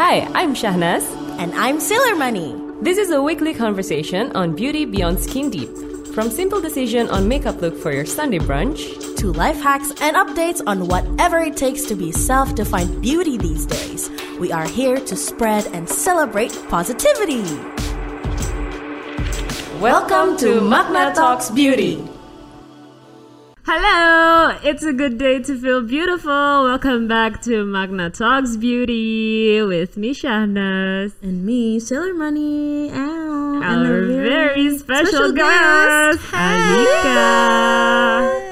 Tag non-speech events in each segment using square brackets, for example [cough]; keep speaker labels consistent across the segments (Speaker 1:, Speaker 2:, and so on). Speaker 1: Hi, I'm Shahnaz.
Speaker 2: And I'm Sailor Money.
Speaker 1: This is a weekly conversation on beauty beyond skin deep. From simple decision on makeup look for your Sunday brunch,
Speaker 2: Two life hacks and updates on whatever it takes to be self defined beauty these days. We are here to spread and celebrate positivity.
Speaker 1: welcome to Magna Talks Beauty.
Speaker 3: Hello, it's a good day to feel beautiful. Welcome back to Magna Talks Beauty with me, Shahnas,
Speaker 2: And me, Sailor Money. Ow.
Speaker 3: our very special, guest, Alika.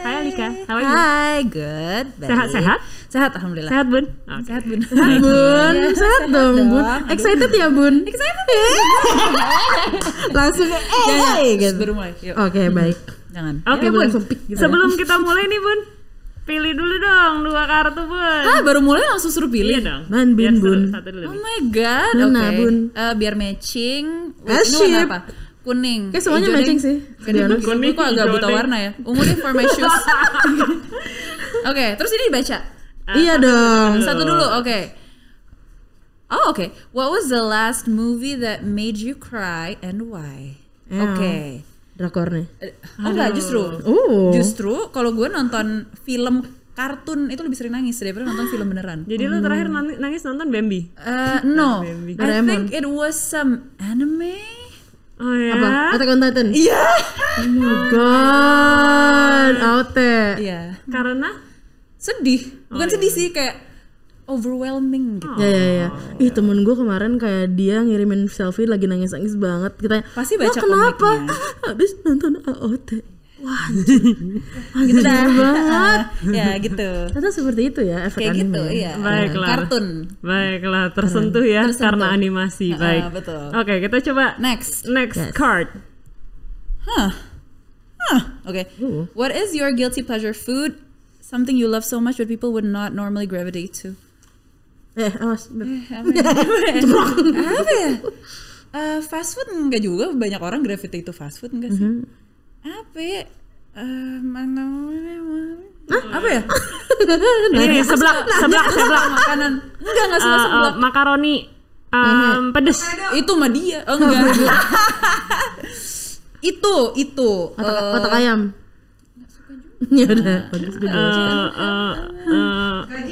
Speaker 3: Hi, Alika. How are you?
Speaker 4: Hai, good. baik.
Speaker 3: Sehat, sehat?
Speaker 4: Sehat, alhamdulillah.
Speaker 3: Sehat, Bun? Oke.
Speaker 4: Sehat, Bun.
Speaker 5: Bun,
Speaker 4: Iya,
Speaker 5: sehat dong, Bun. Excited ya, Bun? Eh?
Speaker 4: Excited ya?
Speaker 5: Langsung eh,
Speaker 4: Jangan,
Speaker 5: hey,
Speaker 4: terus
Speaker 5: gitu.
Speaker 4: baru mulai. Yuk.
Speaker 5: Oke, baik.
Speaker 4: Jangan.
Speaker 3: Oke,
Speaker 5: Ya,
Speaker 3: Bun.
Speaker 5: langsung pick gitu.
Speaker 3: Sebelum kita mulai nih, Bun. Pilih dulu dong dua kartu, Bun.
Speaker 4: Ah, baru mulai langsung suruh
Speaker 3: Iya
Speaker 4: pilih.
Speaker 3: dong.
Speaker 5: Ban,
Speaker 3: Biar
Speaker 5: Bun,
Speaker 3: seru.
Speaker 5: Bun.
Speaker 3: Satu dulu
Speaker 4: Oh
Speaker 3: nih.
Speaker 4: my god. Oke.
Speaker 5: Mana, Bun?
Speaker 4: Eh, biar matching. Wait,
Speaker 5: Matching.
Speaker 4: Ini warna apa? Kuning.
Speaker 5: Kayak semuanya
Speaker 4: Hijau
Speaker 5: matching
Speaker 4: deh.
Speaker 5: sih, to be honest.
Speaker 4: Kuning. Gue kok agak
Speaker 3: Hijau
Speaker 4: buta
Speaker 3: deh.
Speaker 4: warna ya. Ungu deh for my shoes. [laughs] Oke, terus ini dibaca. Ah,
Speaker 5: Iya dong.
Speaker 4: Satu dulu,
Speaker 3: Eh.
Speaker 4: oke. Oh, oke. What was the last movie that made you cry and why?
Speaker 5: Ew.
Speaker 4: Oke.
Speaker 5: Drakornya.
Speaker 4: Eh, Oh enggak, justru.
Speaker 5: Oh.
Speaker 4: Justru kalau gue nonton film kartun itu lebih sering nangis daripada nonton film beneran.
Speaker 3: Jadi lu terakhir nangis, nangis nonton Bambi?
Speaker 4: Eh, no,
Speaker 3: Bambi.
Speaker 4: I think it was some anime.
Speaker 3: Oh ya.
Speaker 5: Apa? Attack on Titan.
Speaker 4: Iya.
Speaker 5: Oh my god. ya? Aute.
Speaker 4: Iya.
Speaker 3: Karena
Speaker 4: Sedih. Bukan sedih sih kayak overwhelming gitu.
Speaker 5: Ya ya ya. Ih temen gue kemarin kayak dia ngirimin selfie lagi nangis nangis banget. Kita
Speaker 4: Pasti
Speaker 5: "Lo
Speaker 4: baca
Speaker 5: kenapa?
Speaker 4: komiknya."
Speaker 5: [laughs] Habis nonton AOT.
Speaker 4: [laughs]
Speaker 5: Wah, anjir. Anjir
Speaker 4: Gitu
Speaker 5: banget.
Speaker 4: ya gitu. [laughs]
Speaker 5: Ternyata seperti itu ya efek
Speaker 4: Kayak
Speaker 5: anime.
Speaker 4: gitu, iya.
Speaker 3: Baiklah.
Speaker 4: Kartun.
Speaker 3: Baiklah, tersentuh ya
Speaker 4: Tersentuh.
Speaker 3: karena animasi.
Speaker 4: Ha-ha,
Speaker 3: Baik.
Speaker 4: betul.
Speaker 3: Oke, kita coba
Speaker 4: Next.
Speaker 3: next
Speaker 5: Yes.
Speaker 3: card.
Speaker 4: Huh. Huh. Okay.
Speaker 5: Ooh.
Speaker 4: What is your guilty pleasure food? Something you love so much but people would not normally gravitate to.
Speaker 5: Eh, awas. Beb. [laughs]
Speaker 4: apa ya? [laughs] apa ya? Eh, fast food enggak juga banyak orang gravitate to fast food enggak sih?
Speaker 3: Mm-hmm.
Speaker 4: Apa ya? Eh, mana mana mana. apa [laughs] ya?
Speaker 3: Ini seblak, seblak, seblak.
Speaker 4: Makanan. Enggak enggak suka
Speaker 3: Eh, eh,
Speaker 4: seblak.
Speaker 3: makaroni em, pedes.
Speaker 4: Itu mah dia.
Speaker 3: [laughs]
Speaker 4: Oh, enggak. itu itu
Speaker 5: Otak,
Speaker 4: eh,
Speaker 5: otak ayam. [laughs] Ya udah, bagus
Speaker 3: Eh,
Speaker 5: gue
Speaker 4: Oh,
Speaker 5: jelas.
Speaker 3: eh, eh,
Speaker 4: Eh,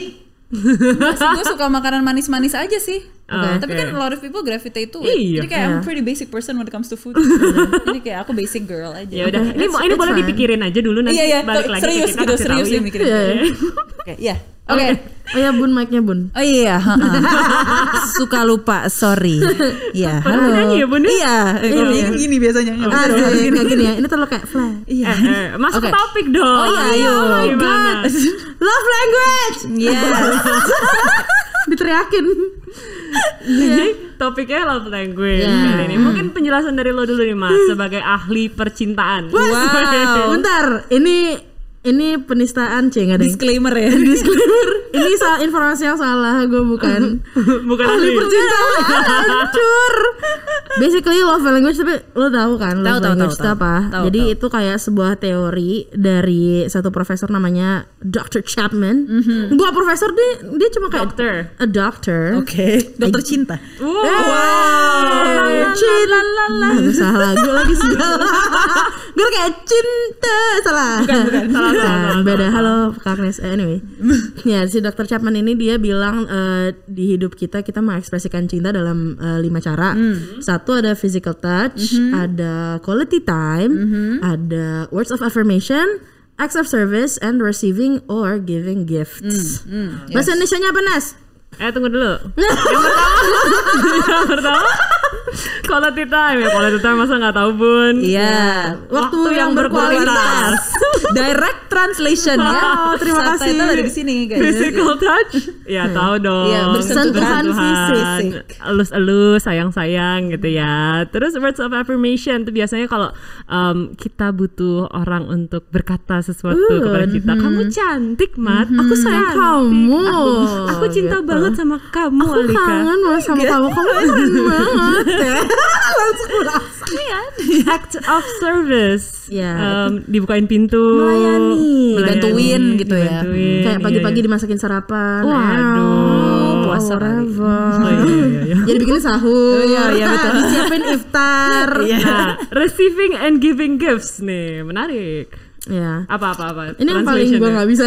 Speaker 3: [laughs]
Speaker 4: sih gue suka makanan manis-manis aja sih.
Speaker 3: Oke.
Speaker 4: Tapi kan a lot of people gravitate to it.
Speaker 3: Iya.
Speaker 4: Jadi kayak I'm a
Speaker 5: Iya.
Speaker 4: pretty basic person when it comes
Speaker 3: [laughs]
Speaker 4: to food. Jadi kayak aku basic girl aja.
Speaker 3: ya udah. Ini ini
Speaker 5: it's
Speaker 3: boleh
Speaker 5: fine.
Speaker 3: dipikirin aja dulu nanti
Speaker 4: Iya iya,
Speaker 3: balik lagi
Speaker 4: serius
Speaker 3: ke kita
Speaker 4: gitu,
Speaker 3: kasih
Speaker 4: serius
Speaker 3: tahu ya.
Speaker 4: yang mikirin.
Speaker 5: Iya, iya.
Speaker 4: Oke, iya. Oke.
Speaker 5: Oh ya bun, mic-nya bun.
Speaker 4: Oh
Speaker 3: [laughs]
Speaker 4: iya, ha-ha. suka lupa, sorry. Iya,
Speaker 3: Pernah nyanyi ya, Bun, ya?
Speaker 4: Iya, eh, kalau
Speaker 5: Iya.
Speaker 4: gini- gini biasanya. nggak
Speaker 5: Ah,
Speaker 4: bisa.
Speaker 5: iya, kayak gini ya. Ini terlalu kayak fly.
Speaker 4: Iya.
Speaker 3: Eh, eh, masuk ke
Speaker 4: Oke.
Speaker 3: topik dong.
Speaker 4: Oh iya, ayo.
Speaker 3: Oh my god.
Speaker 5: Love language.
Speaker 4: Iya. [laughs]
Speaker 5: Diteriakin.
Speaker 3: [laughs] Jadi topiknya love language
Speaker 5: Iya.
Speaker 3: kali ini. Mungkin penjelasan dari lo dulu nih Mas sebagai ahli percintaan.
Speaker 5: [laughs]
Speaker 4: Wow.
Speaker 5: Bentar, ini ini penistaan C nggak deng?
Speaker 4: Disclaimer ya.
Speaker 5: Disclaimer.
Speaker 3: [laughs]
Speaker 5: Ini salah informasi yang salah, gue
Speaker 4: [laughs]
Speaker 5: bukan
Speaker 3: [laughs] Bukan ahli.
Speaker 5: ahli percintaan. Hancur. Basically love language tapi lo tahu kan
Speaker 4: Tahu,
Speaker 5: love
Speaker 4: tahu,
Speaker 5: language itu
Speaker 4: tahu, tahu.
Speaker 5: apa?
Speaker 4: Tahu,
Speaker 5: Jadi
Speaker 4: tahu.
Speaker 5: itu kayak sebuah teori dari satu profesor namanya Dr. Chapman. Gua profesor dia dia cuma kayak
Speaker 3: Dokter.
Speaker 5: a doctor.
Speaker 4: Mhm. Oke, dokter cinta.
Speaker 3: Wow.
Speaker 5: Hey, cinta Nah, gua salah, gue lagi salah. gue kayak cinta salah.
Speaker 3: Salah, salah, salah,
Speaker 5: Bukan, beda. Halo, Kak Agnes. Eh, Anyway, ya si Dr. Chapman ini dia bilang eh, di hidup kita kita mengekspresikan cinta dalam eh, lima cara.
Speaker 3: Hmm.
Speaker 5: Satu ada physical touch,
Speaker 3: Mm-hmm.
Speaker 5: ada quality time, ada words of affirmation. Acts of service and receiving or giving gifts.
Speaker 3: Mm-hmm.
Speaker 4: Hmm, iya.
Speaker 5: Bahasa Indonesia apa Nas?
Speaker 3: Eh tunggu dulu. Yang pertama, yang pertama quality time ya quality time masa nggak tahu bun. ya,
Speaker 4: Iya.
Speaker 5: Waktu yang berkualitas.
Speaker 4: [laughs] Direct translation ya.
Speaker 5: Wow, terima
Speaker 4: Subtitle
Speaker 5: kasih.
Speaker 4: ada di sini guys.
Speaker 3: Oh, Physical touch, ya tahu dong.
Speaker 4: Iya, bersentuhan
Speaker 3: Bersentuhan,
Speaker 4: fisik.
Speaker 3: Elus-elus, sayang-sayang gitu ya. Terus words of affirmation itu biasanya kalau em, kita butuh orang untuk berkata sesuatu kepada kita.
Speaker 5: Mm-hmm.
Speaker 3: Kamu cantik, Mat. Aku sayang
Speaker 5: kamu.
Speaker 3: Aku, aku cinta
Speaker 5: Mm-hmm. Gitu.
Speaker 3: banget sama kamu,
Speaker 5: Aku
Speaker 3: Alika.
Speaker 5: kangen loh sama kamu. Kamu
Speaker 6: [laughs]
Speaker 5: keren banget ya.
Speaker 3: [laughs] Act of service.
Speaker 5: Ya,
Speaker 3: Em, dibukain pintu.
Speaker 5: Melayani.
Speaker 3: Melayani,
Speaker 4: Dibantuin gitu ya.
Speaker 3: dibantuin,
Speaker 5: Kayak
Speaker 3: iya,
Speaker 5: pagi-pagi
Speaker 3: iya.
Speaker 5: dimasakin sarapan.
Speaker 3: Waduh,
Speaker 5: Ew.
Speaker 3: puasa sehari.
Speaker 5: Forever.
Speaker 6: Oh, iya, iya, iya.
Speaker 5: Jadi bikin sahur.
Speaker 6: iya, iya, betul.
Speaker 5: [laughs] Disiapin
Speaker 6: [laughs]
Speaker 5: iftar.
Speaker 6: Nah, receiving and giving gifts nih, menarik.
Speaker 5: Iya.
Speaker 6: Apa apa apa?
Speaker 5: Ini yang paling gue
Speaker 6: Translation-nya.
Speaker 5: nggak
Speaker 6: [laughs]
Speaker 5: bisa.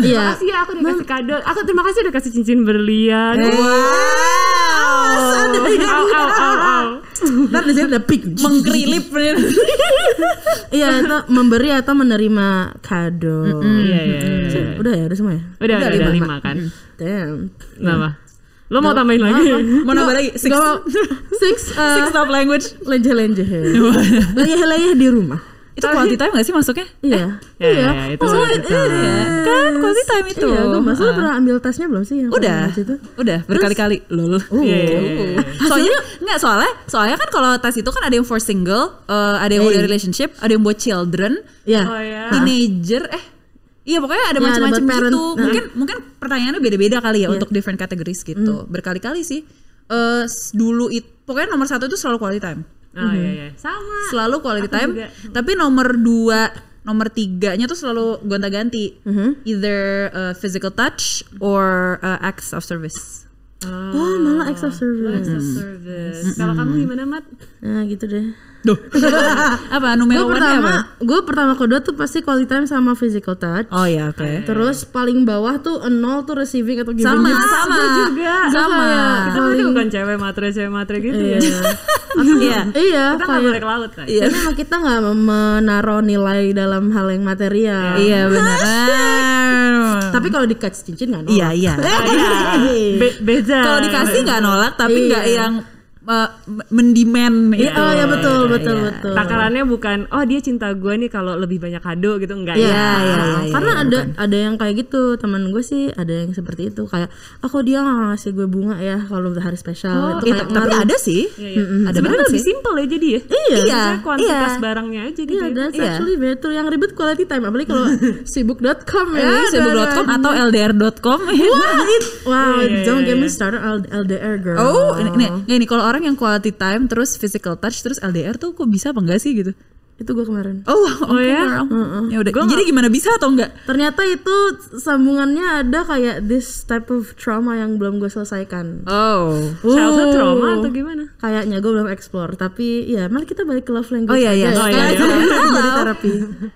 Speaker 5: Iya.
Speaker 6: Makasih ya aku dikasih kado. Aku terima kasih udah kasih cincin berlian.
Speaker 5: Awas, ada yang-
Speaker 6: Au au au au.
Speaker 5: Ntar di sini ada pik.
Speaker 4: mengkrilip bener.
Speaker 3: [laughs]
Speaker 5: Iya, itu memberi atau menerima kado.
Speaker 6: Iya iya iya, iya.
Speaker 5: Udah ya, udah semua ya.
Speaker 6: Udah udah, udah lima kan.
Speaker 5: Mm-hmm. Damn.
Speaker 6: Kenapa?
Speaker 5: Iya.
Speaker 6: Lo
Speaker 3: Oh,
Speaker 6: mau tambahin lagi?
Speaker 4: Mau nambah lagi? Six.
Speaker 5: Gak mau. Six. eh,
Speaker 4: Six love language.
Speaker 5: Lenjeh-lenjeh. Leyeh-leyeh di rumah.
Speaker 4: Itu quality time gak sih masuknya?
Speaker 5: Iya.
Speaker 6: Ya, ya, ya, itu
Speaker 5: Oh,
Speaker 6: sama
Speaker 5: iya.
Speaker 6: kita.
Speaker 4: Kan quality time itu.
Speaker 5: Iya, gue bahas lu
Speaker 4: Ah.
Speaker 5: pernah ambil tesnya belum sih? Yang
Speaker 4: Udah.
Speaker 5: kalau itu?
Speaker 4: Udah berkali-kali. Lol.
Speaker 6: Iya, iya, iya, iya.
Speaker 4: Soalnya nggak soalnya soalnya kan kalau tes itu kan ada yang for single, eh, ada yang
Speaker 5: Hey.
Speaker 4: udah relationship, ada yang buat children,
Speaker 5: Iya.
Speaker 6: Oh ya.
Speaker 4: teenager eh Iya pokoknya
Speaker 5: Ya,
Speaker 4: ada
Speaker 5: ada
Speaker 4: macam-macam
Speaker 5: buat parent.
Speaker 4: gitu.
Speaker 5: Nah.
Speaker 4: Mungkin mungkin pertanyaannya beda-beda kali ya untuk different categories gitu. Berkali-kali sih. Eh s- dulu itu pokoknya nomor satu itu selalu quality time. Mm-hmm.
Speaker 6: Oh iya iya. Sama.
Speaker 4: Selalu quality
Speaker 6: Aku
Speaker 4: time.
Speaker 6: juga.
Speaker 4: Tapi nomor dua, nomor tiganya tuh selalu gonta-ganti. Either eh, physical touch or eh, acts of service.
Speaker 5: Oh, malah acts of service.
Speaker 6: Service. Kalau kamu gimana, Mat?
Speaker 5: Nah, gitu deh.
Speaker 4: Duh. [laughs] apa
Speaker 5: Gue
Speaker 4: numero one apa?
Speaker 5: pertama, gue pertama kedua tuh pasti quality time sama physical touch.
Speaker 4: Oh ya oke.
Speaker 5: Terus paling bawah tuh a nol tuh receiving atau gitu. giving.
Speaker 4: Sama,
Speaker 5: gift.
Speaker 4: sama.
Speaker 6: Aku juga.
Speaker 5: Sama.
Speaker 6: Kita berarti bukan cewek matre cewek matre gitu ya.
Speaker 4: Iya.
Speaker 5: Iya,
Speaker 6: Kita nggak boleh
Speaker 5: kayak
Speaker 6: ke laut kan.
Speaker 5: Karena emang kita nggak menaruh nilai dalam hal yang material. Iya.
Speaker 4: Iya benar.
Speaker 5: Tapi kalau dikasih cincin nggak nolak.
Speaker 4: Iya iya.
Speaker 6: Be- beda.
Speaker 4: Kalau dikasih nggak nolak tapi nggak
Speaker 5: Iya.
Speaker 4: yang uh, mendemand
Speaker 5: Iya,
Speaker 4: gitu.
Speaker 5: oh ya betul,
Speaker 4: Iya,
Speaker 5: betul,
Speaker 4: iya.
Speaker 5: betul.
Speaker 6: Takarannya bukan oh dia cinta gue nih kalau lebih banyak kado gitu enggak
Speaker 5: Iya,
Speaker 6: ya.
Speaker 5: iya,
Speaker 4: iya, iya,
Speaker 5: karena
Speaker 4: iya,
Speaker 5: ada ada yang kayak gitu teman gue sih ada yang seperti itu kayak aku dia nggak ngasih gue bunga ya kalau hari spesial itu
Speaker 4: Iya,
Speaker 5: kayak
Speaker 4: tapi
Speaker 5: ngaruh.
Speaker 4: ada sih. Iya, Ada
Speaker 6: Sebenarnya
Speaker 4: banget
Speaker 6: lebih
Speaker 4: sih.
Speaker 6: simpel ya jadi ya.
Speaker 5: Iya.
Speaker 6: Maksudnya kuantitas
Speaker 4: Iya.
Speaker 6: barangnya aja gitu.
Speaker 5: Iya,
Speaker 6: ya.
Speaker 5: that's
Speaker 4: Iya.
Speaker 5: actually better. Yang ribet quality time. Apalagi [laughs] kalau sibuk.com ya.
Speaker 4: Ini sibuk.com
Speaker 5: ada-
Speaker 4: atau ldr.com. [laughs] Nah,
Speaker 5: Wah, it, wow,
Speaker 6: Iya, iya,
Speaker 5: don't
Speaker 6: iya,
Speaker 5: get me
Speaker 6: iya.
Speaker 5: started on LDR girl.
Speaker 4: Oh, ini, ini, ini kalau orang yang quality time terus physical touch terus LDR tuh kok bisa apa enggak sih gitu?
Speaker 5: itu gue kemarin.
Speaker 4: Oh,
Speaker 6: Oh, ya?
Speaker 4: Ya udah.
Speaker 6: Gua
Speaker 4: Jadi gimana bisa atau enggak?
Speaker 5: Ternyata itu sambungannya ada kayak this type of trauma yang belum gue selesaikan.
Speaker 4: Oh.
Speaker 5: Wow.
Speaker 6: Childhood trauma atau gimana?
Speaker 5: Kayaknya gue belum explore, tapi ya mari kita balik ke love language.
Speaker 4: Oh, iya,
Speaker 5: aja
Speaker 4: iya.
Speaker 5: ya.
Speaker 4: Oh, iya,
Speaker 5: Karena itu jadi [laughs] terapi.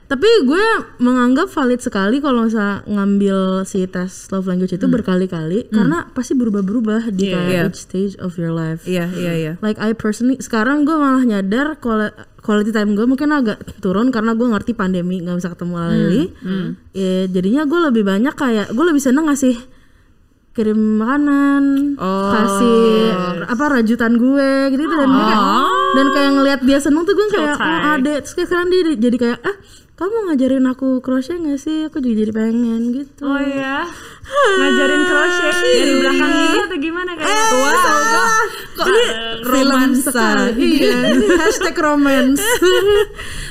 Speaker 5: tapi gue menganggap valid sekali kalau saya ngambil si tes love language itu berkali-kali karena pasti berubah-berubah di
Speaker 6: Iya,
Speaker 5: kayak
Speaker 4: Hmm. iya.
Speaker 5: each stage of your life.
Speaker 4: [laughs] Iya, iya, iya.
Speaker 5: Like I personally sekarang gue malah nyadar quali- quality time gue mungkin agak turun karena gue ngerti pandemi nggak bisa ketemu
Speaker 6: Hmm,
Speaker 5: Lali. Ya, jadinya gue lebih banyak kayak gue lebih seneng ngasih kirim makanan,
Speaker 4: Oh.
Speaker 5: kasih apa rajutan gue gitu gitu dan dia kayak
Speaker 6: Oh.
Speaker 5: dan kayak ngelihat dia seneng tuh gue kayak
Speaker 6: Selesai.
Speaker 5: oh adek terus kayak sekarang dia jadi kayak ah kamu mau ngajarin aku crochet gak sih aku juga jadi pengen gitu
Speaker 6: Oh ya. Ngajarin crochet
Speaker 5: Iya.
Speaker 6: dari belakang gitu atau gimana
Speaker 5: Eh,
Speaker 6: kayak?
Speaker 4: Wah, kok romansa.
Speaker 5: iya ini hashtag romance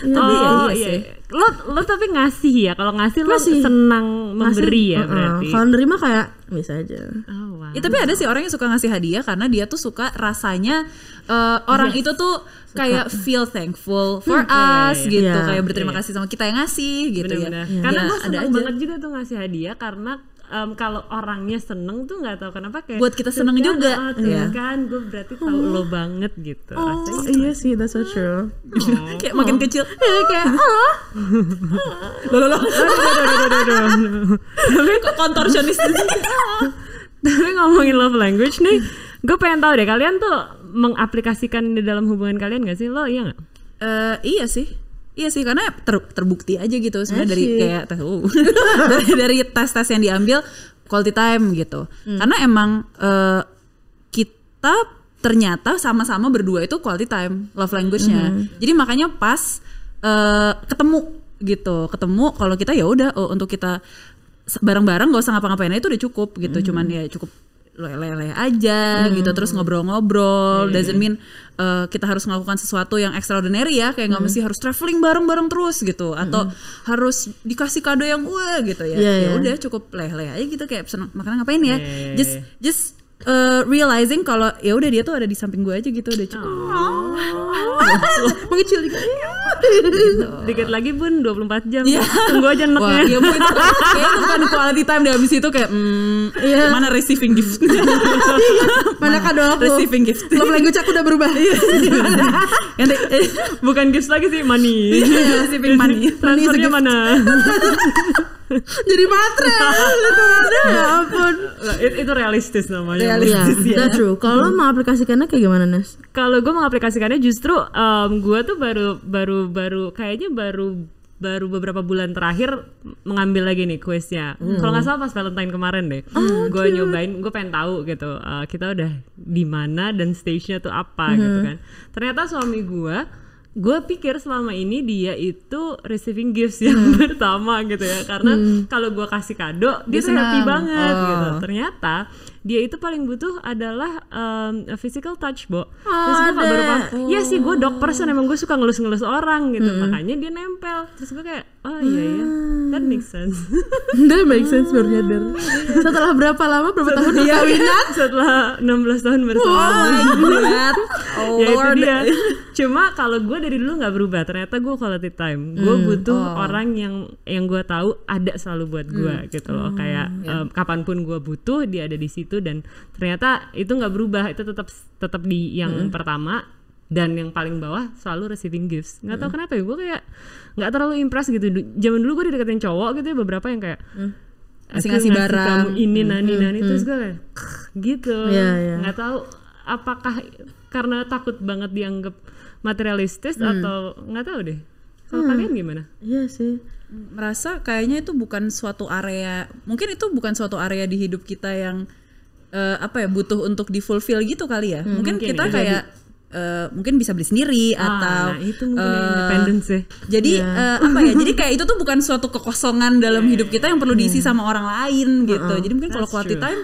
Speaker 5: Ya,
Speaker 6: oh iya. iya. Lo lo tapi ngasih ya. Kalau ngasih lo
Speaker 5: Ngasih.
Speaker 6: senang memberi ya
Speaker 5: Heeh,
Speaker 6: berarti.
Speaker 5: kalau nerima kayak bisa aja
Speaker 6: Oh wow.
Speaker 4: Ya, tapi ada sih orang yang suka ngasih hadiah karena dia tuh suka rasanya eh, orang itu tuh kayak feel thankful for us
Speaker 6: iya, iya.
Speaker 4: gitu
Speaker 5: Iya,
Speaker 4: kayak berterima kasih sama kita yang ngasih gitu
Speaker 6: Bener-bener.
Speaker 4: ya.
Speaker 6: Karena
Speaker 4: Ya,
Speaker 6: gue seneng banget juga tuh ngasih hadiah karena em, kalau orangnya seneng tuh nggak tahu kenapa kayak
Speaker 4: Buat kita seneng
Speaker 6: "Tuh kan,
Speaker 4: juga."
Speaker 6: oh, tuh
Speaker 4: Iya. Oh.
Speaker 6: kan gue berarti tahu lo banget gitu. Rasanya
Speaker 5: oh iya sih that's so true
Speaker 4: kayak makin kecil.
Speaker 5: Iya, kayak oh
Speaker 4: Loh, loh, loh. Kok kontorsionis
Speaker 6: [laughs] Tapi ngomongin love language nih, gue pengen tahu deh kalian tuh mengaplikasikan di dalam hubungan kalian gak sih? Lo iya gak?
Speaker 4: Eh, iya sih. Iya sih karena ter- terbukti aja gitu sebenarnya dari
Speaker 5: Asyik.
Speaker 4: kayak tes uh, [laughs] dari, dari tes-tes yang diambil quality time gitu. Karena emang eh, kita ternyata sama-sama berdua itu quality time love language-nya. Jadi makanya pas eh, ketemu gitu, ketemu kalau kita ya udah oh, untuk kita se- bareng-bareng gak usah ngapa-ngapain itu udah cukup gitu. Cuman ya cukup leleh aja gitu
Speaker 5: Hmm.
Speaker 4: terus ngobrol-ngobrol
Speaker 5: Iya,
Speaker 4: doesn't mean eh, kita harus melakukan sesuatu yang extraordinary ya kayak nggak
Speaker 5: Hmm.
Speaker 4: mesti harus traveling bareng-bareng terus gitu atau harus dikasih kado yang wah gitu ya
Speaker 5: Iya,
Speaker 4: ya
Speaker 5: iya.
Speaker 4: udah cukup leleh aja gitu kayak pesen makanan ngapain ya just just eh, realizing kalau ya udah dia tuh ada di samping gue aja gitu udah cukup
Speaker 5: mengecil juga
Speaker 6: Dikit lagi bun 24 jam. Tunggu aja
Speaker 4: Gitu. Oh. Iya.
Speaker 5: ya.
Speaker 4: Wah,
Speaker 6: neknya.
Speaker 4: iya Bu, itu kayaknya itu bukan quality time deh abis itu kayak hmm,
Speaker 5: Iya.
Speaker 4: mana receiving gift.
Speaker 5: Mana kado aku?
Speaker 4: Receiving gift.
Speaker 5: Love language aku udah berubah.
Speaker 4: Nanti eh,
Speaker 6: Bukan gifts lagi sih, [laughs] money.
Speaker 4: receiving Iya, money.
Speaker 6: Transfernya mana?
Speaker 5: [laughs] Jadi matre. ya ampun.
Speaker 6: Nah, it- itu realistis namanya.
Speaker 5: Iya, that's true. Kalau lo mau aplikasikannya kayak gimana, Nes? [laughs]
Speaker 6: Kalau gue mengaplikasikannya justru em, gue tuh baru baru baru kayaknya baru baru beberapa bulan terakhir mengambil lagi nih kuisnya. Kalau nggak salah pas Valentine kemarin deh, gue nyobain, gue pengen tahu gitu eh, kita udah di mana dan stage-nya tuh apa gitu kan. Ternyata suami gue gue pikir selama ini dia itu receiving gifts yang pertama gitu ya karena kalau gue kasih kado dia, tuh happy banget gitu ternyata dia itu paling butuh adalah um, a physical touch bo terus
Speaker 5: ada.
Speaker 6: gue baru paham iya sih gue dog person emang gue suka ngelus-ngelus orang gitu makanya dia nempel terus gue kayak oh iya iya that makes sense
Speaker 5: That make sense baru nyadar. Setelah berapa lama berapa tahun dia
Speaker 6: kawinan [laughs] setelah 16 tahun bersama
Speaker 4: God. Oh,
Speaker 6: ya itu
Speaker 4: Lord.
Speaker 6: dia [laughs] cuma kalau gue dari dulu nggak berubah ternyata gue quality time gue butuh orang yang yang gue tahu ada selalu buat gue gitu loh kayak em, kapanpun gue butuh dia ada di situ dan ternyata itu nggak berubah itu tetap tetap di yang pertama dan yang paling bawah selalu receiving gifts nggak tahu kenapa ya gue kayak nggak terlalu impress gitu Du- zaman dulu gue dideketin cowok gitu ya beberapa yang kayak
Speaker 4: Ngasih-ngasih
Speaker 6: "Aku ngasih
Speaker 4: barang."
Speaker 6: kamu ini nani nani terus gue kayak gitu
Speaker 5: Hmm, Iya, iya.
Speaker 6: nggak tahu apakah karena takut banget dianggap materialistis
Speaker 5: Hmm.
Speaker 6: atau nggak tahu deh kalau kalian gimana
Speaker 5: Iya sih.
Speaker 4: merasa kayaknya itu bukan suatu area mungkin itu bukan suatu area di hidup kita yang eh, apa ya butuh untuk di fulfill gitu kali ya mungkin,
Speaker 6: mungkin
Speaker 4: kita
Speaker 6: ya.
Speaker 4: kayak eh, mungkin bisa beli sendiri atau
Speaker 6: nah itu mungkin yang
Speaker 4: eh,
Speaker 6: independence ya.
Speaker 4: jadi eh, apa ya jadi kayak itu tuh bukan suatu kekosongan dalam hidup kita yang perlu diisi sama orang lain gitu jadi mungkin kalau
Speaker 6: Iya, That's
Speaker 4: quality
Speaker 6: true.
Speaker 4: time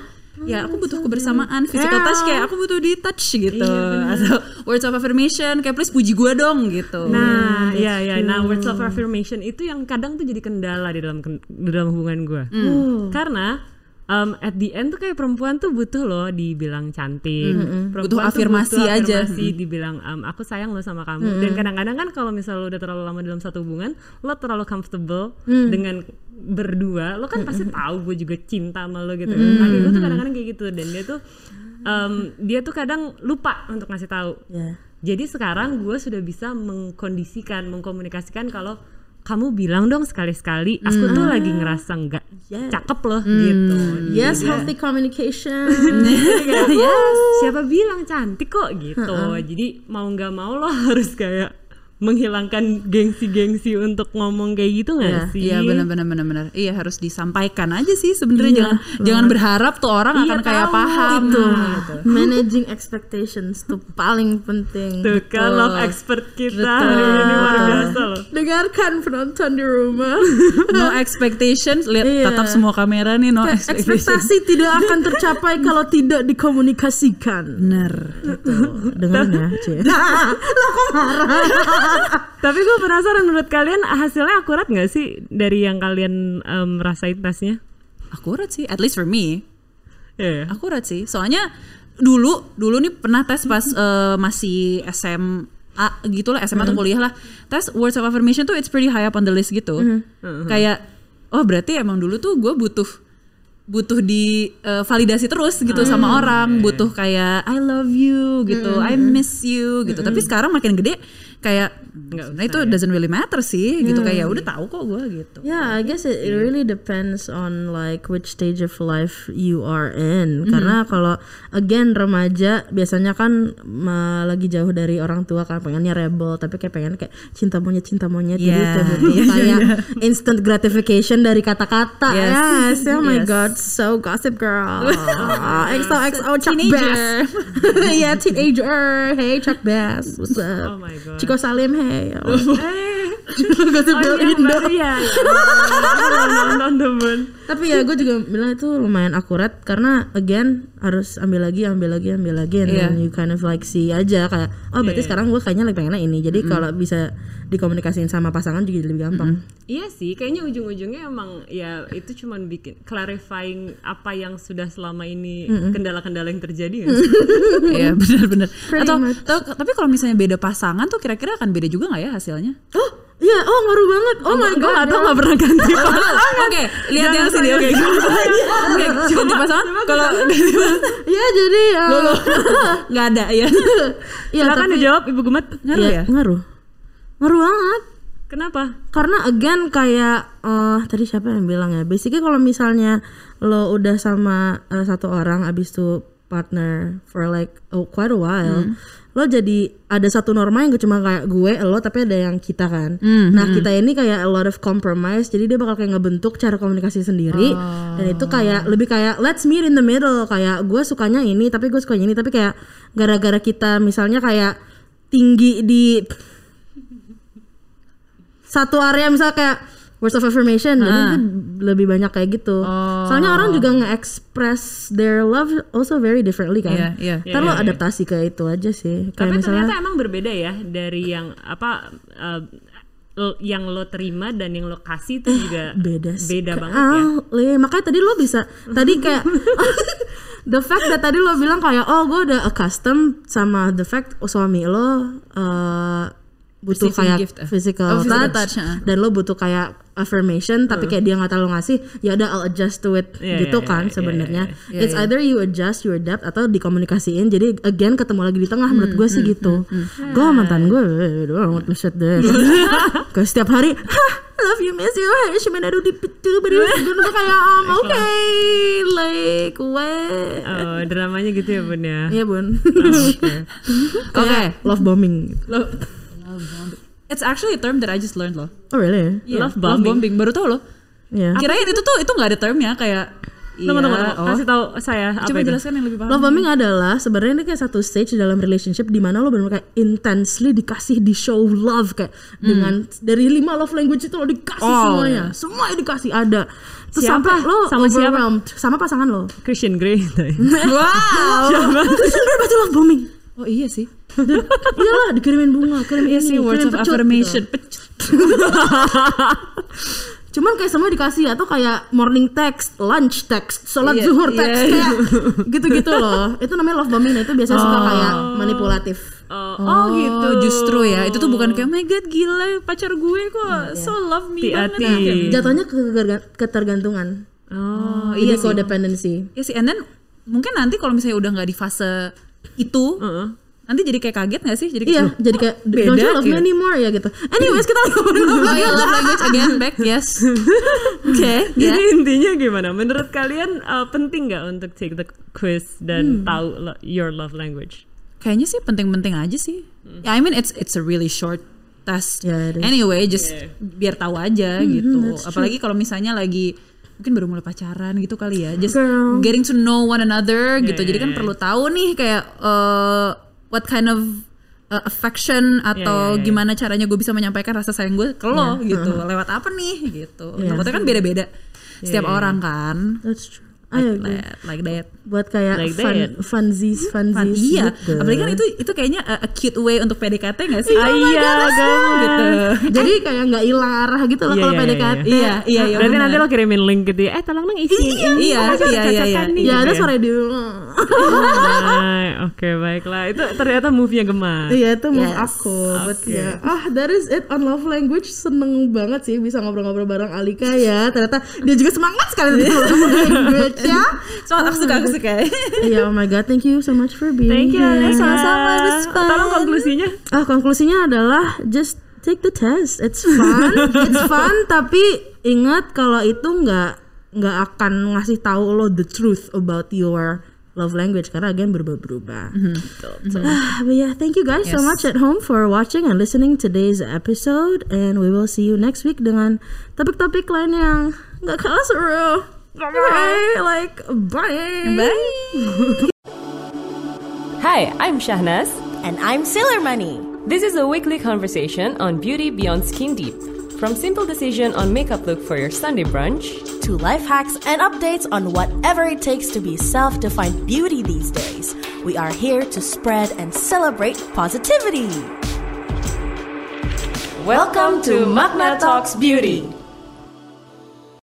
Speaker 4: ya aku butuh kebersamaan physical touch kayak aku butuh di touch gitu
Speaker 6: Iya,
Speaker 4: atau words of affirmation kayak please puji gua dong gitu
Speaker 6: nah ya ya nah words of affirmation itu yang kadang tuh jadi kendala di dalam ken- di dalam hubungan gue
Speaker 4: Hmm.
Speaker 6: karena um, at the end tuh kayak perempuan tuh butuh loh dibilang cantik Perempuan
Speaker 4: Hmm, Butuh
Speaker 6: tuh
Speaker 4: afirmasi aja. Hmm.
Speaker 6: afirmasi, dibilang um, aku sayang lo sama kamu dan kadang-kadang kan kalau misalnya lo udah terlalu lama dalam satu hubungan lo terlalu comfortable
Speaker 4: Hmm.
Speaker 6: dengan berdua lo kan pasti tahu gue juga cinta sama lo gitu kan
Speaker 4: Hmm.
Speaker 6: tapi gue tuh kadang-kadang kayak gitu dan dia tuh um, dia tuh kadang lupa untuk ngasih tahu
Speaker 5: Ya.
Speaker 6: jadi sekarang gue sudah bisa mengkondisikan, mengkomunikasikan kalau kamu bilang dong sekali-sekali, aku tuh
Speaker 4: Hmm.
Speaker 6: lagi ngerasa nggak cakep loh gitu.
Speaker 5: Yes, healthy [laughs] communication.
Speaker 6: Jadi
Speaker 4: [laughs]
Speaker 6: kayak, Siapa bilang cantik kok gitu. Jadi mau nggak mau lo [laughs] harus kayak menghilangkan gengsi-gengsi untuk ngomong kayak gitu nggak sih?
Speaker 4: Iya benar-benar benar-benar. Iya harus disampaikan aja sih sebenarnya jangan jangan berharap tuh orang
Speaker 6: Iya,
Speaker 4: akan kayak
Speaker 6: tahu. gitu.
Speaker 4: paham. gitu.
Speaker 5: Itu Ah, managing expectations tuh paling penting.
Speaker 6: Tuh kan love expert kita
Speaker 5: Nah,
Speaker 6: hari ini luar biasa loh.
Speaker 5: Dengarkan penonton di rumah. [laughs]
Speaker 4: No
Speaker 6: [laughs]
Speaker 4: expectations, lihat
Speaker 5: Iya.
Speaker 4: tatap semua kamera nih no
Speaker 5: [laughs]
Speaker 4: expectations.
Speaker 5: Ekspektasi tidak akan tercapai kalau tidak dikomunikasikan.
Speaker 4: Benar.
Speaker 5: Dengar ya, Cie.
Speaker 6: Tapi gue penasaran menurut kalian hasilnya akurat nggak sih dari yang kalian em, rasain tesnya?
Speaker 4: Akurat sih, at least for me.
Speaker 6: Iya. ya?
Speaker 4: Akurat sih. Soalnya dulu dulu nih pernah tes pas eh, masih SMA gitu lah, SMA atau kuliah lah. Tes words of affirmation tuh it's pretty high up on the list gitu. Kayak oh berarti emang dulu tuh gue butuh butuh di eh, validasi terus gitu sama orang, butuh kayak I love you gitu, I miss you gitu. Tapi sekarang makin gede kayak nah itu doesn't really matter sih gitu kayak "Ya udah tahu kok gue gitu.
Speaker 5: Yeah, I guess it, it really depends on like which stage of life you are in. Karena kalau again remaja biasanya kan ma- lagi jauh dari orang tua kan pengennya rebel, tapi kayak pengen kayak cinta monyet cinta monyet jadi
Speaker 4: Yeah.
Speaker 5: kayak butuh kayak instant gratification dari kata-kata.
Speaker 4: Yes.
Speaker 5: Yes. Oh my
Speaker 4: Yes.
Speaker 5: god, so gossip girl. XOXO Chuck
Speaker 4: Teenager.
Speaker 5: Bass. [laughs] yeah, teenager. Hey Chuck Bass. What's
Speaker 6: Oh
Speaker 5: up?
Speaker 6: my
Speaker 4: Eh,
Speaker 6: god.
Speaker 5: Chico Salim, hey. [laughs] Gossip
Speaker 6: Oh
Speaker 5: Girl
Speaker 6: iya
Speaker 5: Indo.
Speaker 6: baru ya. ya. [laughs] Aku belum nonton temen.
Speaker 5: Tapi ya gue juga bilang itu lumayan akurat karena again harus ambil lagi, ambil lagi, ambil lagi and then you kind of like see aja kayak oh berarti sekarang gue kayaknya lebih pengennya ini. Jadi kalau bisa dikomunikasiin sama pasangan juga lebih gampang.
Speaker 6: Iya sih, kayaknya ujung-ujungnya emang ya itu cuman bikin clarifying apa yang sudah selama ini kendala-kendala yang terjadi. ya. nggak sih?
Speaker 4: Iya benar-benar. Atau atau- tapi kalau misalnya beda pasangan tuh kira-kira akan beda juga nggak ya hasilnya?
Speaker 5: Oh, iya, oh ngaruh banget. Oh my
Speaker 4: Gue
Speaker 5: god.
Speaker 4: nggak tahu nggak pernah ganti pasangan. Oke, lihat yang sini oke. Oke, ganti pasangan. Kalau
Speaker 5: Iya, jadi uh, [laughs]
Speaker 4: nggak ada ya.
Speaker 5: Iya,
Speaker 6: Silakan
Speaker 5: tapi
Speaker 6: dijawab Ibu Gumet.
Speaker 4: Ngaruh
Speaker 5: Iya,
Speaker 4: ya?
Speaker 5: Ngaruh. Ngaruh banget.
Speaker 6: Kenapa?
Speaker 5: karena again kayak eh tadi siapa yang bilang ya basically kalau misalnya lo udah sama eh, satu orang abis itu partner for like oh, quite a while lo jadi ada satu norma yang gak cuma kayak gue lo tapi ada yang kita kan nah kita ini kayak a lot of compromise jadi dia bakal kayak ngebentuk cara komunikasi sendiri dan itu kayak lebih kayak let's meet in the middle kayak gue sukanya ini tapi gue sukanya ini tapi kayak gara-gara kita misalnya kayak tinggi di satu area misalnya kayak words of affirmation jadi itu lebih banyak kayak gitu soalnya orang juga nge-express their love also very differently kan
Speaker 4: Iya, iya.
Speaker 5: ntar lo adaptasi ke itu aja sih kayak
Speaker 6: Tapi
Speaker 5: misalnya
Speaker 6: ternyata emang berbeda ya dari yang apa eh, l- yang lo terima dan yang lo kasih itu juga
Speaker 5: [gasps] beda sih.
Speaker 6: beda
Speaker 5: Ke-
Speaker 6: banget ya.
Speaker 5: Ah, Le, makanya tadi lo bisa tadi kayak [laughs] the fact that tadi lo bilang kayak oh gue udah accustomed sama the fact oh, suami lo eh, butuh
Speaker 4: Receiving
Speaker 5: kayak
Speaker 4: gift, eh.
Speaker 5: physical,
Speaker 4: Oh, physical
Speaker 5: touch,
Speaker 4: touch, ah.
Speaker 6: eh.
Speaker 5: dan lo butuh kayak affirmation tapi kayak dia nggak terlalu ngasih ya udah I'll adjust to it
Speaker 6: Hmm. Iya,
Speaker 5: gitu
Speaker 6: iya,
Speaker 5: kan
Speaker 6: iya,
Speaker 5: sebenarnya it's either you adjust you adapt atau dikomunikasiin jadi again ketemu lagi di tengah menurut gue sih gitu gue mantan gue doang what the shit deh Kayak setiap hari "Hah, love you miss you hey cuma baru di pitu baru gue tuh kayak um, oke like what
Speaker 6: Oh, dramanya gitu ya bun ya.
Speaker 5: Iya bun
Speaker 4: Oke.
Speaker 5: [laughs] love bombing
Speaker 4: Lo- It's actually a term that I just learned loh.
Speaker 5: oh really
Speaker 4: Iya,
Speaker 6: Love bombing.
Speaker 4: Baru tau loh.
Speaker 5: ya
Speaker 4: Kirain itu tuh itu nggak ada termnya kayak.
Speaker 6: Tunggu, tunggu, tunggu.
Speaker 4: oh.
Speaker 6: Kasih tahu saya apa
Speaker 4: Coba
Speaker 6: itu.
Speaker 4: jelaskan yang lebih paham.
Speaker 5: Love bombing adalah sebenarnya ini kayak satu stage dalam relationship di mana lo benar-benar kayak intensely dikasih di show love kayak
Speaker 4: Hmm.
Speaker 5: dengan dari lima love language itu lo dikasih
Speaker 4: Oh,
Speaker 5: semuanya, semuanya dikasih ada. Terus
Speaker 6: Siapa?
Speaker 5: sampai lo
Speaker 6: Sama siapa?
Speaker 5: overwhelmed sama pasangan lo.
Speaker 6: Christian Grey.
Speaker 5: [laughs]
Speaker 4: Wow. [laughs]
Speaker 5: Terus lo pasti love bombing.
Speaker 4: Oh iya sih.
Speaker 5: Dan, iyalah dikirimin bunga, kirim
Speaker 4: Iya
Speaker 5: ini,
Speaker 4: sih words
Speaker 5: kirim
Speaker 4: of
Speaker 5: pecut,
Speaker 4: affirmation.
Speaker 5: gitu.
Speaker 4: Pecut.
Speaker 5: Cuman kayak semua dikasih atau kayak morning text, lunch text, sholat
Speaker 4: Iya,
Speaker 5: zuhur
Speaker 4: iya,
Speaker 5: text kayak gitu-gitu loh. Itu namanya love bombing. Nah, itu biasanya suka kayak manipulatif.
Speaker 6: Oh,
Speaker 4: Oh, gitu. Justru ya, itu tuh bukan kayak "Oh my god gila pacar gue kok so love me
Speaker 6: Hati-hati.
Speaker 4: banget.
Speaker 5: Jatuhnya ke ketergan- ketergantungan.
Speaker 4: Hmm. Oh
Speaker 5: Jadi
Speaker 4: iya sih.
Speaker 5: codependency.
Speaker 4: Iya sih. And then mungkin nanti kalau misalnya udah nggak di fase itu, nanti jadi kayak kaget nggak sih? Jadi kayak,
Speaker 5: Iya,
Speaker 4: "Loh,
Speaker 5: jadi kayak
Speaker 4: beda
Speaker 5: don't you love me
Speaker 4: gitu."
Speaker 5: anymore ya gitu. Anyways, kita lagi ngomongin
Speaker 4: Oh iya love language again back yes. Oke. ya.
Speaker 6: Jadi [laughs] intinya gimana? Menurut kalian uh, penting nggak untuk take the quiz
Speaker 4: Hmm.
Speaker 6: dan tahu lo- your love language?
Speaker 4: Kayaknya sih penting-penting aja sih. Ya I mean it's it's a really short test.
Speaker 5: Hmm. Yeah, Mm-hmm, it is.
Speaker 4: anyway just biar tahu aja gitu. Apalagi kalau misalnya lagi mungkin baru mulai pacaran gitu kali ya. Just
Speaker 5: Girl.
Speaker 4: getting to know one another gitu. Jadi kan
Speaker 6: yeah,
Speaker 4: perlu tahu nih kayak eh, what kind of eh, affection atau
Speaker 6: yeah, yeah.
Speaker 4: gimana caranya gue bisa menyampaikan rasa sayang gue ke lo
Speaker 5: [laughs]
Speaker 4: gitu. Lewat apa nih gitu. Takutnya kan beda-beda setiap orang kan.
Speaker 5: That's true. Ayo, gue.
Speaker 4: Like, like that.
Speaker 5: buat kayak
Speaker 6: Like
Speaker 5: fun,
Speaker 6: that.
Speaker 5: funsies, funsies.
Speaker 4: Pan- iya,
Speaker 5: gitu.
Speaker 4: apalagi kan itu itu kayaknya a, a cute way untuk PDKT gak sih?
Speaker 6: Ah, iya, gampang. [laughs]
Speaker 4: gitu.
Speaker 5: [laughs] Jadi kayak nggak hilang arah gitu loh
Speaker 6: Iya,
Speaker 5: kalau
Speaker 6: iya, iya,
Speaker 5: PDKT.
Speaker 4: Iya, iya, iya.
Speaker 6: Berarti
Speaker 4: benar.
Speaker 6: nanti lo kirimin link gitu ya. Eh tolong dong isi.
Speaker 4: Iya,
Speaker 6: ini.
Speaker 4: iya,
Speaker 6: Oh, masih ada
Speaker 4: iya, iya,
Speaker 6: catakan
Speaker 4: iya.
Speaker 6: nih,
Speaker 5: Ya
Speaker 6: gitu
Speaker 5: ada suara
Speaker 4: [laughs]
Speaker 5: di
Speaker 6: Hai, Oke baiklah. Itu ternyata move-nya gemar.
Speaker 5: Iya itu move aku buat ya. Ah that is it on love language seneng banget sih bisa ngobrol-ngobrol bareng Alika ya. Ternyata dia juga semangat sekali tentang love language ya.
Speaker 4: [laughs] So, aku suka,
Speaker 6: [laughs]
Speaker 4: aku suka.
Speaker 5: Iya oh my god thank you so much for being
Speaker 6: Thank you.
Speaker 5: here.
Speaker 4: Iya,
Speaker 6: Alika.
Speaker 4: Sama-sama, it was fun.
Speaker 6: Tolong konklusinya.
Speaker 5: Ah, konklusinya adalah just take the test. It's
Speaker 6: [laughs]
Speaker 5: fun, it's fun. Tapi ingat kalau itu nggak nggak akan ngasih tahu lo the truth about your love language karena again berubah-berubah.
Speaker 6: Mm-hmm.
Speaker 5: Ah, but yeah, thank you guys so much at home for watching and listening today's episode. And we will see you next week dengan topik-topik lain yang nggak kalah seru. Bye, like bye.
Speaker 4: Bye.
Speaker 3: Hi, I'm Shahnaz.
Speaker 2: And I'm Sailor Money.
Speaker 3: This is a weekly conversation on beauty beyond skin deep. From simple decision on makeup look for your Sunday brunch,
Speaker 2: to life hacks and updates on whatever it takes to be self defined beauty these days. We are here to spread and celebrate positivity.
Speaker 3: welcome to Magna Talks Beauty.